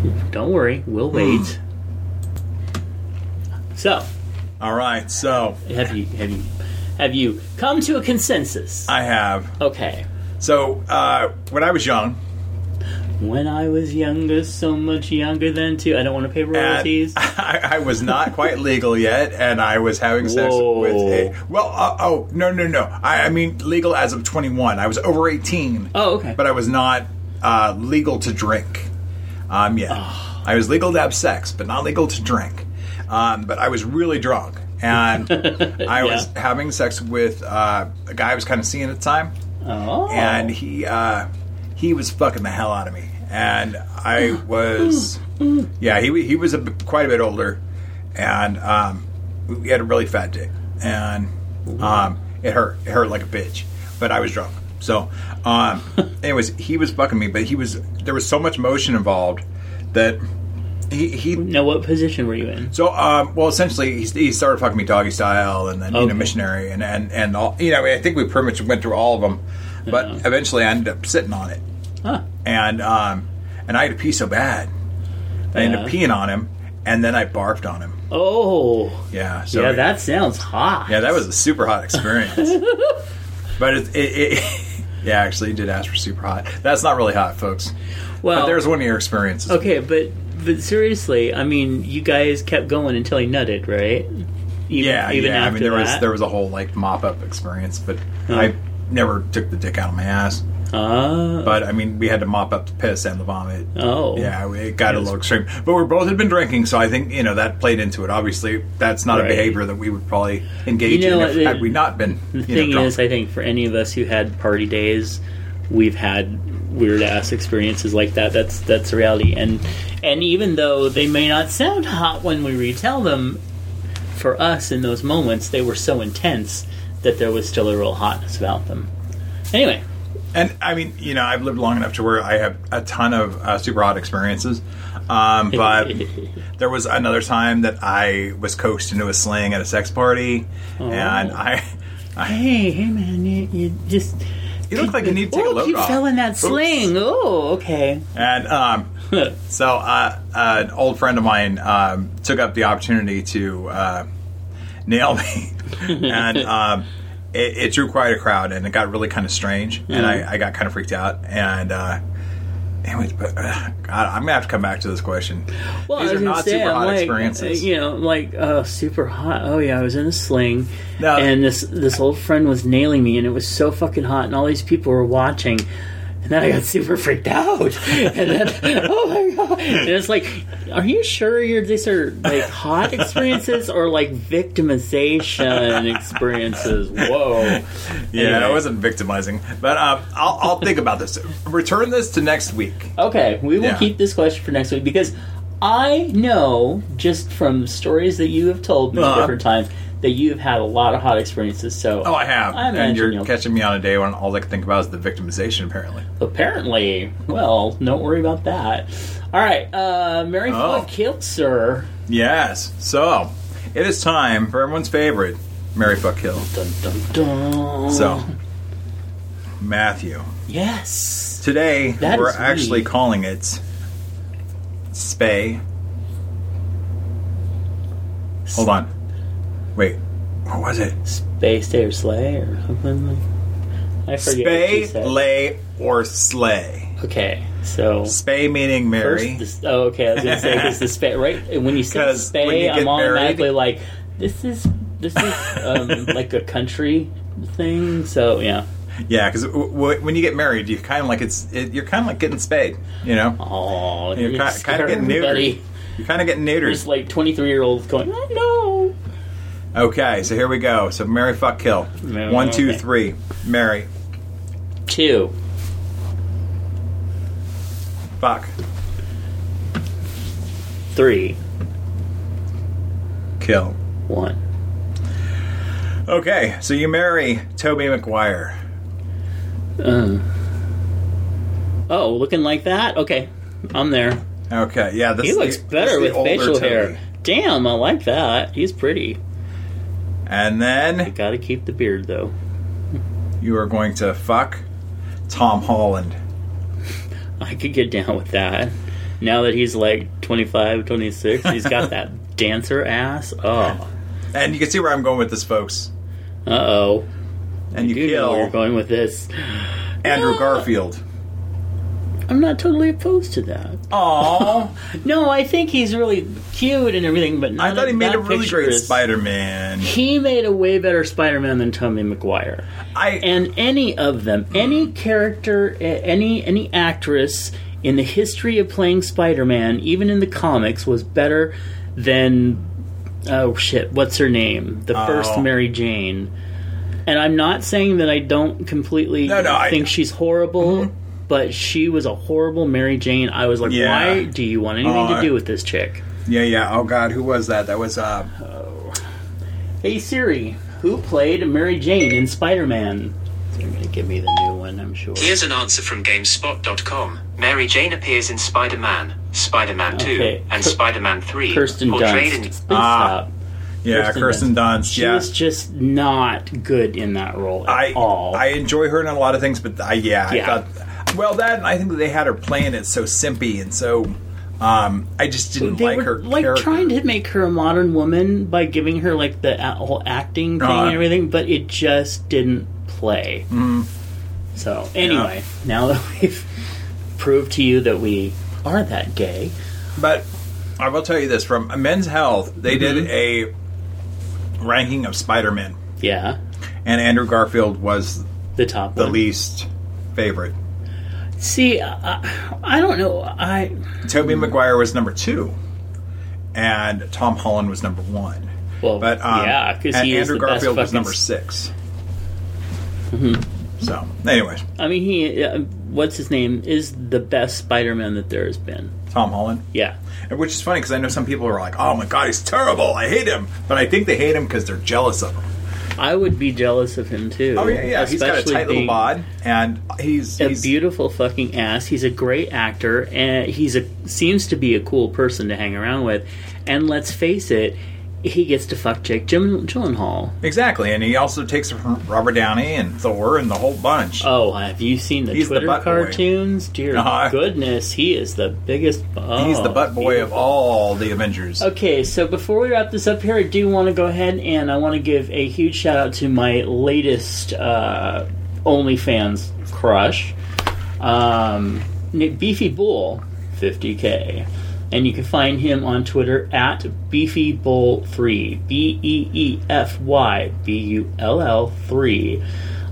F: Hmm.
E: Don't worry, we'll wait. So,
F: All right, so
E: Have you have you have you come to a consensus?
F: I have.
E: Okay.
F: So uh, when I was young,
E: When I was younger, so much younger than two, I don't want to pay royalties.
F: I, I was not quite legal yet, and I was having sex
E: Whoa.
F: with a. Well, uh, oh no, no, no! I, I mean legal as of twenty-one. I was over eighteen.
E: Oh, okay.
F: But I was not uh, legal to drink. Um, yet I was legal to have sex, but not legal to drink. Um, but I was really drunk, and I was
E: Yeah.
F: having sex with uh, a guy I was kind of seeing at the time
E: oh,
F: and he uh, he was fucking the hell out of me, and I was yeah he he was a, b- quite a bit older, and um, we had a really fat dick, and um, it hurt it hurt like a bitch, but I was drunk, so um, anyways he was fucking me, but he was there was so much motion involved that he he.
E: now what position were you in?
F: So, um, well, essentially, he, he started fucking me doggy style, and then you know,
E: Okay.
F: missionary, and and and all. You know, I, mean, I think we pretty much went through all of them, but eventually, I ended up sitting on it,
E: Huh.
F: and um, and I had to pee so bad, I ended up
E: Yeah.
F: peeing on him, and then I barfed on him.
E: Oh,
F: Yeah, so
E: yeah, that sounds hot.
F: yeah, that was a super hot experience. but it, it, it yeah, actually, you did ask for super hot. That's not really hot, folks.
E: well.
F: but there's one of your experiences.
E: okay, but but seriously, I mean, you guys kept going until he nutted, right? Even,
F: Yeah,
E: even
F: yeah.
E: after
F: I mean, there was
E: that?
F: there was a whole like mop up experience, but I never took the dick out of my ass.
E: Ah,
F: But I mean, we had to mop up the piss and the vomit.
E: oh,
F: Yeah, we- it got a little extreme. But we both had been drinking, so I think you know that played into it. Obviously, that's not a
E: Right.
F: behavior that we would probably engage
E: You know,
F: in if,
E: the-
F: had we not been.
E: The
F: you know,
E: thing
F: drunk.
E: is, I think for any of us who had party days, we've had weird ass experiences like that. That's that's the reality, and and even though they may not sound hot when we retell them, for us in those moments they were so intense that there was still a real hotness about them. Anyway,
F: and I mean, you know, I've lived long enough to where I have a ton of uh, super hot experiences. Um, but there was another time that I was coaxed into a sling at a sex party,
E: Oh.
F: and I, I
E: hey hey man, you, you just
F: you look like you need to take a
E: oh
F: load
E: you
F: off.
E: fell in that
F: Oops.
E: sling. Oh okay.
F: And um, so uh, an old friend of mine um, took up the opportunity to uh, nail me, and um, it, it drew quite a crowd, and it got really kind of strange, and
E: Mm-hmm.
F: I, I got kind of freaked out, and. Uh, Anyways, but uh, God, I'm gonna have to come back to this question.
E: Well,
F: These
E: I was
F: are
E: gonna
F: not
E: say,
F: super
E: I'm
F: hot
E: like,
F: experiences.
E: uh, You know, like oh, super hot. Oh yeah, I was in a sling,
F: No.
E: and this this old friend was nailing me, and it was so fucking hot, and all these people were watching. And then I got super freaked out. And then, oh my god! And it's like, are you sure you're, these are like hot experiences or like victimization experiences? Whoa!
F: yeah,
E: Anyway.
F: I wasn't victimizing, but um, I'll, I'll think about this. Return this to next week.
E: Okay, we will
F: Yeah.
E: keep this question for next week because I know just from stories that you have told me
F: Uh-huh.
E: different times that you have had a lot of hot experiences. So,
F: Oh, I have,
E: I imagine
F: and you're
E: you'll-
F: catching me on a day when all I can think about is the victimization. Apparently,
E: apparently, well, don't worry about that. All right, uh, Mary
F: Oh.
E: Fuck Kill, sir.
F: Yes. So it is time for everyone's favorite, Mary Fuck Hill.
E: Dun, dun, dun.
F: So Matthew.
E: yes,
F: Today
E: That
F: we're
E: is me.
F: actually calling it Spay. Hold on. Wait. What was it?
E: Spay, Stay, or Slay, or something. I forget. what you
F: Spay,
E: said.
F: lay, or slay.
E: Okay, so.
F: Spay meaning Mary.
E: First, this, oh, okay. I was gonna say because the spay, right? When you say
F: 'Cause when you
E: spay,
F: get
E: I'm automatically
F: married-
E: like, this is this is um, like a country thing. So yeah.
F: yeah, because w- w- when you get married, you kind of like it's it, you're kind of like getting spayed. You know,
E: Oh,
F: you're
E: you
F: kind, kind of getting neutered.
E: everybody.
F: You're kind of getting neutered.
E: There's like 23 year olds going, I know.
F: Okay, so here we go. So Mary fuck kill.
E: No,
F: One, two,
E: okay.
F: three. Mary
E: Two.
F: fuck
E: Three.
F: kill.
E: One.
F: Okay, so you marry Toby McGuire.
E: uh. Oh, looking like that? Okay. I'm there.
F: Okay, yeah, this
E: He
F: is
E: looks
F: the- this
E: better
F: is
E: with
F: the older
E: facial
F: Toby.
E: hair. Damn, I like that. He's pretty.
F: And then
E: Gotta keep the beard though.
F: you are going to fuck Tom Holland.
E: I could get down with that. Now that he's like 25, 26, he's got that dancer ass. Oh,
F: And you can see where I'm going with this, folks.
E: Uh oh.
F: And you
E: You know where you're
F: kill
E: going with this.
F: Andrew Garfield.
E: I'm not totally opposed to that.
F: Aww.
E: No, I think he's really cute and everything, but not
F: I thought he made
E: not
F: a really great
E: picturesque.
F: Spider-Man.
E: He made a way better Spider-Man than Tommy McGuire.
F: I
E: and any of them, any character, a- any any actress in the history of playing Spider-Man, even in the comics, was better than oh shit, what's her name? The first
F: Oh.
E: Mary Jane. And I'm not saying that I don't completely
F: No, no, I- Mm-hmm.
E: think she's horrible, but she was a horrible Mary Jane. I was like,
F: Yeah.
E: why do you want anything
F: Oh,
E: to
F: I-
E: do with this chick?
F: yeah yeah. Oh God, who was that? That was uh.
E: Hey Siri, who played Mary Jane in Spider-Man? They're gonna give me the new one, I'm sure.
A: Here's an answer from GameSpot.com. Mary Jane appears in Spider Man, Spider Man 2,
E: Okay.
A: and
E: Kir-
A: Spider Man 3.
E: Kirsten
A: portrayed
E: Dunst.
A: in-
E: Please
F: Ah.
E: stop.
F: Yeah,
E: Kirsten
F: Kirsten Dunst.
E: She
F: yeah.
E: was just not good in that role at
F: I
E: all.
F: I enjoy her in a lot of things, but I, yeah,
E: Yeah.
F: I thought. Well, that and I think they had her playing it so simpy and so. Um, I just didn't
E: they
F: like
E: were
F: her.
E: like
F: character.
E: trying to make her a modern woman by giving her like the a- whole acting thing
F: Uh-huh.
E: and everything, but it just didn't play.
F: Mm-hmm.
E: So anyway, now that we've proved to you that we are that gay,
F: But I will tell you this: from Men's Health, they did
E: Mm-hmm.
F: a ranking of Spider-Man,
E: yeah,
F: and Andrew Garfield was
E: the top
F: the
E: one.
F: least favorite.
E: See, I, I don't know. I
F: Tobey
E: Mm.
F: Maguire was number two, and Tom Holland was number one.
E: well,
F: But um,
E: yeah, because
F: and
E: he is
F: Andrew
E: the best
F: Garfield
E: fucking
F: was
E: Mm-hmm.
F: number 6 So, anyways,
E: I mean, he, uh, what's his name, is the best Spider Man that there has been.
F: Tom Holland.
E: Yeah.
F: And Which is funny because I know some people are like, "Oh my god, he's terrible! I hate him," but I think they hate him because they're jealous of him.
E: I would be jealous of him too.
F: Oh yeah, yeah, he's got a
E: especially
F: tight little
E: being
F: bod, and he's,
E: A
F: he's
E: beautiful fucking ass. He's a great actor, and he's a seems to be a cool person to hang around with. And let's face it, he gets to fuck Jake Jim Gyllenhaal.
F: exactly, and he also takes it from Robert Downey and Thor and the whole bunch.
E: Oh, have you seen the
F: He's the
E: Twitter
F: butt boy.
E: cartoons? Dear
F: Uh-huh.
E: goodness, he is the biggest. Oh,
F: he's the butt boy
E: he-
F: of all the Avengers.
E: Okay, so before we wrap this up here, I do want to go ahead and I want to give a huge shout out to my latest uh, OnlyFans crush, um, Nick Beefy Bull, 50k. And you can find him on Twitter at Beefy Bull 3, B E E F Y B U L L 3.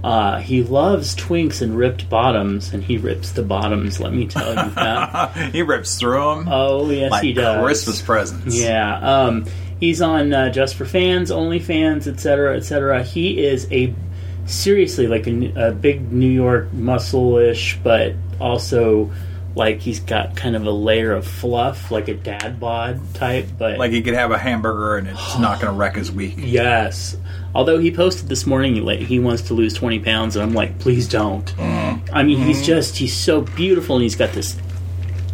E: Uh, he loves twinks and ripped bottoms, and he rips the bottoms, let me tell you that.
F: he rips through him
E: Oh, yes,
F: like
E: he does.
F: Christmas presents.
E: Yeah, um, he's on uh, Just for Fans, OnlyFans, etc., etc. He is a seriously like a, n- a big New York muscle-ish, but also like he's got kind of a layer of fluff, like a dad bod type. But
F: Like he could have a hamburger and it's not going to wreck his week.
E: yes, although he posted this morning like he wants to lose twenty pounds, and I'm like, please don't. I mean, he's just he's so beautiful, and he's got this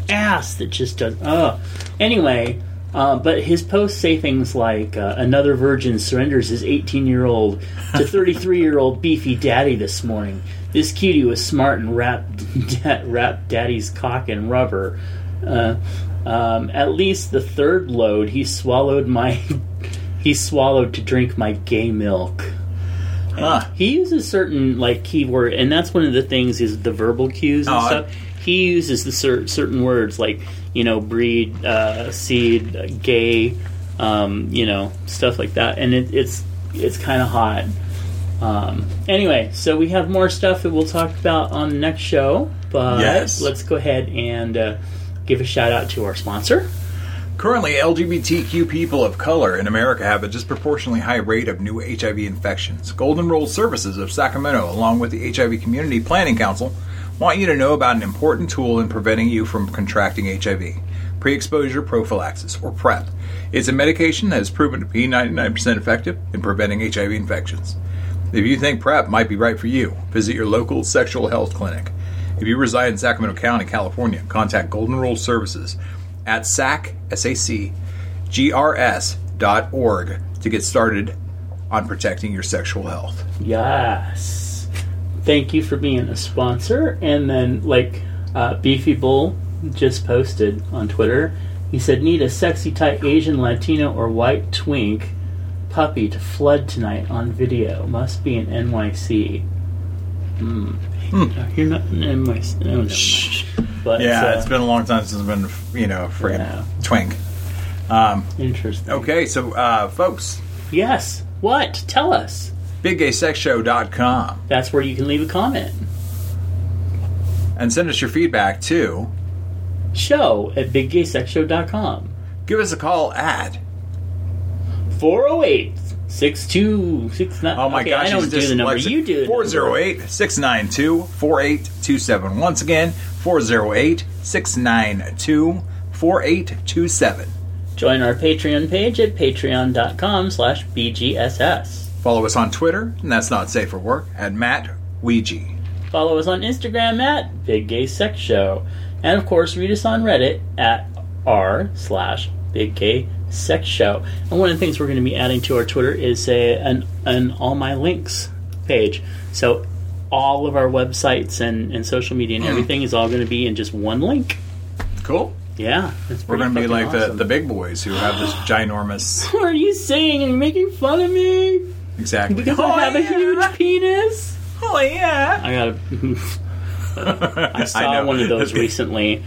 E: ass that just does. Oh, anyway, uh, but his posts say things like uh, "Another virgin surrenders his 18-year-old to 33-year-old beefy daddy this morning. This cutie was smart and wrapped wrapped daddy's cock in rubber. Uh, um, at least the third load, he swallowed my." He swallowed to drink my gay milk.
F: Huh.
E: He uses certain like keyword, and that's one of the things is the verbal cues and
F: Oh, I-
E: stuff. He uses the cer- certain words like you know breed, uh, seed, uh, gay, um, you know stuff like that, and it, it's it's kind of hot. Um, anyway, so we have more stuff that we'll talk about on the next show, but
F: Yes.
E: let's go ahead and uh, give a shout out to our sponsor.
F: Currently, LGBTQ people of color in America have a disproportionately high rate of new HIV infections. Golden Rule Services of Sacramento, along with the HIV Community Planning Council, want you to know about an important tool in preventing you from contracting HIV pre exposure prophylaxis, or PrEP. It's a medication that is proven to be 99% effective in preventing HIV infections. If you think PrEP might be right for you, visit your local sexual health clinic. If you reside in Sacramento County, California, contact Golden Rule Services at sac, S-A-C, G-R-S dot org to get started on protecting your sexual health.
E: Yes. Thank you for being a sponsor. And then, like, uh, Beefy Bull just posted on Twitter. He said, Need a sexy, tight Asian, Latino, or white twink puppy to flood tonight on video. Must be in NYC. Hmm. You're not in NYC. Oh, never mind. But,
F: Yeah,
E: uh,
F: it's been a long time since I've been, you know, friggin'
E: Yeah.
F: twink.
E: interesting.
F: Okay, so, uh, folks,
E: Yes. What? Tell us.
F: biggaysexshow.com
E: That's where you can leave a comment.
F: and send us your feedback too.
E: Show at biggaysexshow.com.
F: Give us a call at.
E: 408 6269.
F: Oh my
E: okay,
F: gosh,
E: I don't
F: he's
E: do the number.
F: dyslexic.
E: You do the number.
F: 408 692 4827. Once again, 408 692 4827.
E: Join our Patreon page at patreon.com slash BGSS.
F: Follow us on Twitter, and that's not safe for work, at Matt Ouija.
E: Follow us on Instagram at Big Gay Sex Show. And of course, read us on Reddit at r slash Big Gay Sex Show. And one of the things we're going to be adding to our Twitter is a, an, an All My Links page. So all of our websites and, and social media and everything is all going to be in just one link.
F: Cool.
E: Yeah, it's
F: We're
E: pretty
F: going to be
E: fucking
F: like
E: awesome.
F: the, the big boys who have this ginormous.
E: What are you saying? Are you making fun of me?
F: Exactly.
E: Because I have a huge penis?
F: Oh, yeah.
E: I got a. I saw
F: know.
E: one of those recently.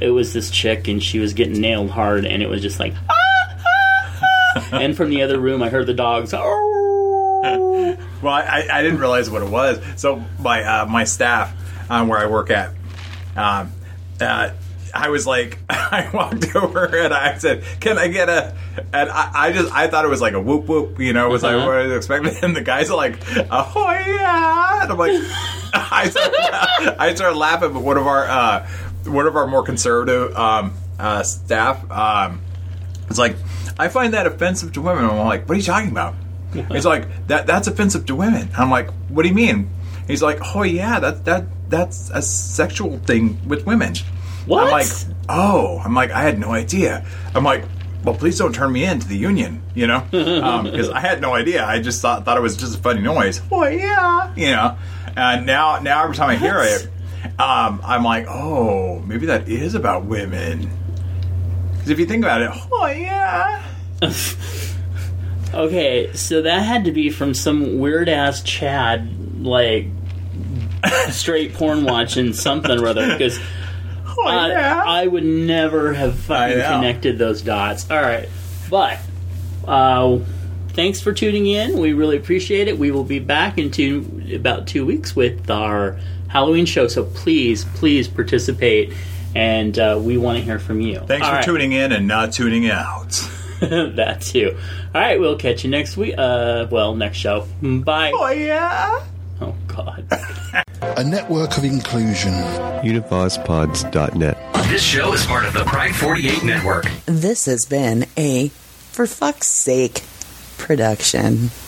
E: It was this chick, and she was getting nailed hard, and it was just like. "Ah, ah, ah." and from the other room, I heard the dogs. "Oh."
F: Well, I, I didn't realize what it was. So my uh, my staff um, where I work at, um, uh, I was like, I walked over and I said, "Can I get a?" And I, I just I thought it was like a whoop whoop, you know, was like
E: Uh-huh.
F: what I was expecting. And the guys are like, "Oh yeah!" And I'm like, I started, I started laughing, but one of our uh, one of our more conservative um, uh, staff. Um, it's like, I find that offensive to women. I'm like, what are you talking about? He's like, that that's offensive to women. I'm like, what do you mean? He's like, oh yeah, that that that's a sexual thing with women.
E: What?
F: I'm like, oh, I'm like, I had no idea. I'm like, well, please don't turn me in to the union, you know, because I had no idea. I just thought thought it was just a funny noise. Oh yeah, you know. And now now every time I hear
E: What?
F: it, um, I'm like, oh, maybe that is about women. Because if you think about it, oh yeah.
E: okay, so that had to be from some weird ass Chad, like straight porn watching something or other, because.
F: Oh,
E: I,
F: yeah.
E: Uh, I would never have fucking
F: I know.
E: connected those dots. All right, but uh, thanks for tuning in. We really appreciate it. We will be back in two, about two weeks with our Halloween show. So please, please participate, and uh, we want to hear from you.
F: Thanks
E: All
F: for
E: right.
F: tuning in and not tuning out.
E: that too. All right, we'll catch you next week. Uh, well, next show. Bye.
F: Oh, yeah.
E: Oh God.
G: A network of inclusion.
H: Univazpods.net.
A: This show is part of the Pride 48 network.
C: This has been a, for fuck's sake, production.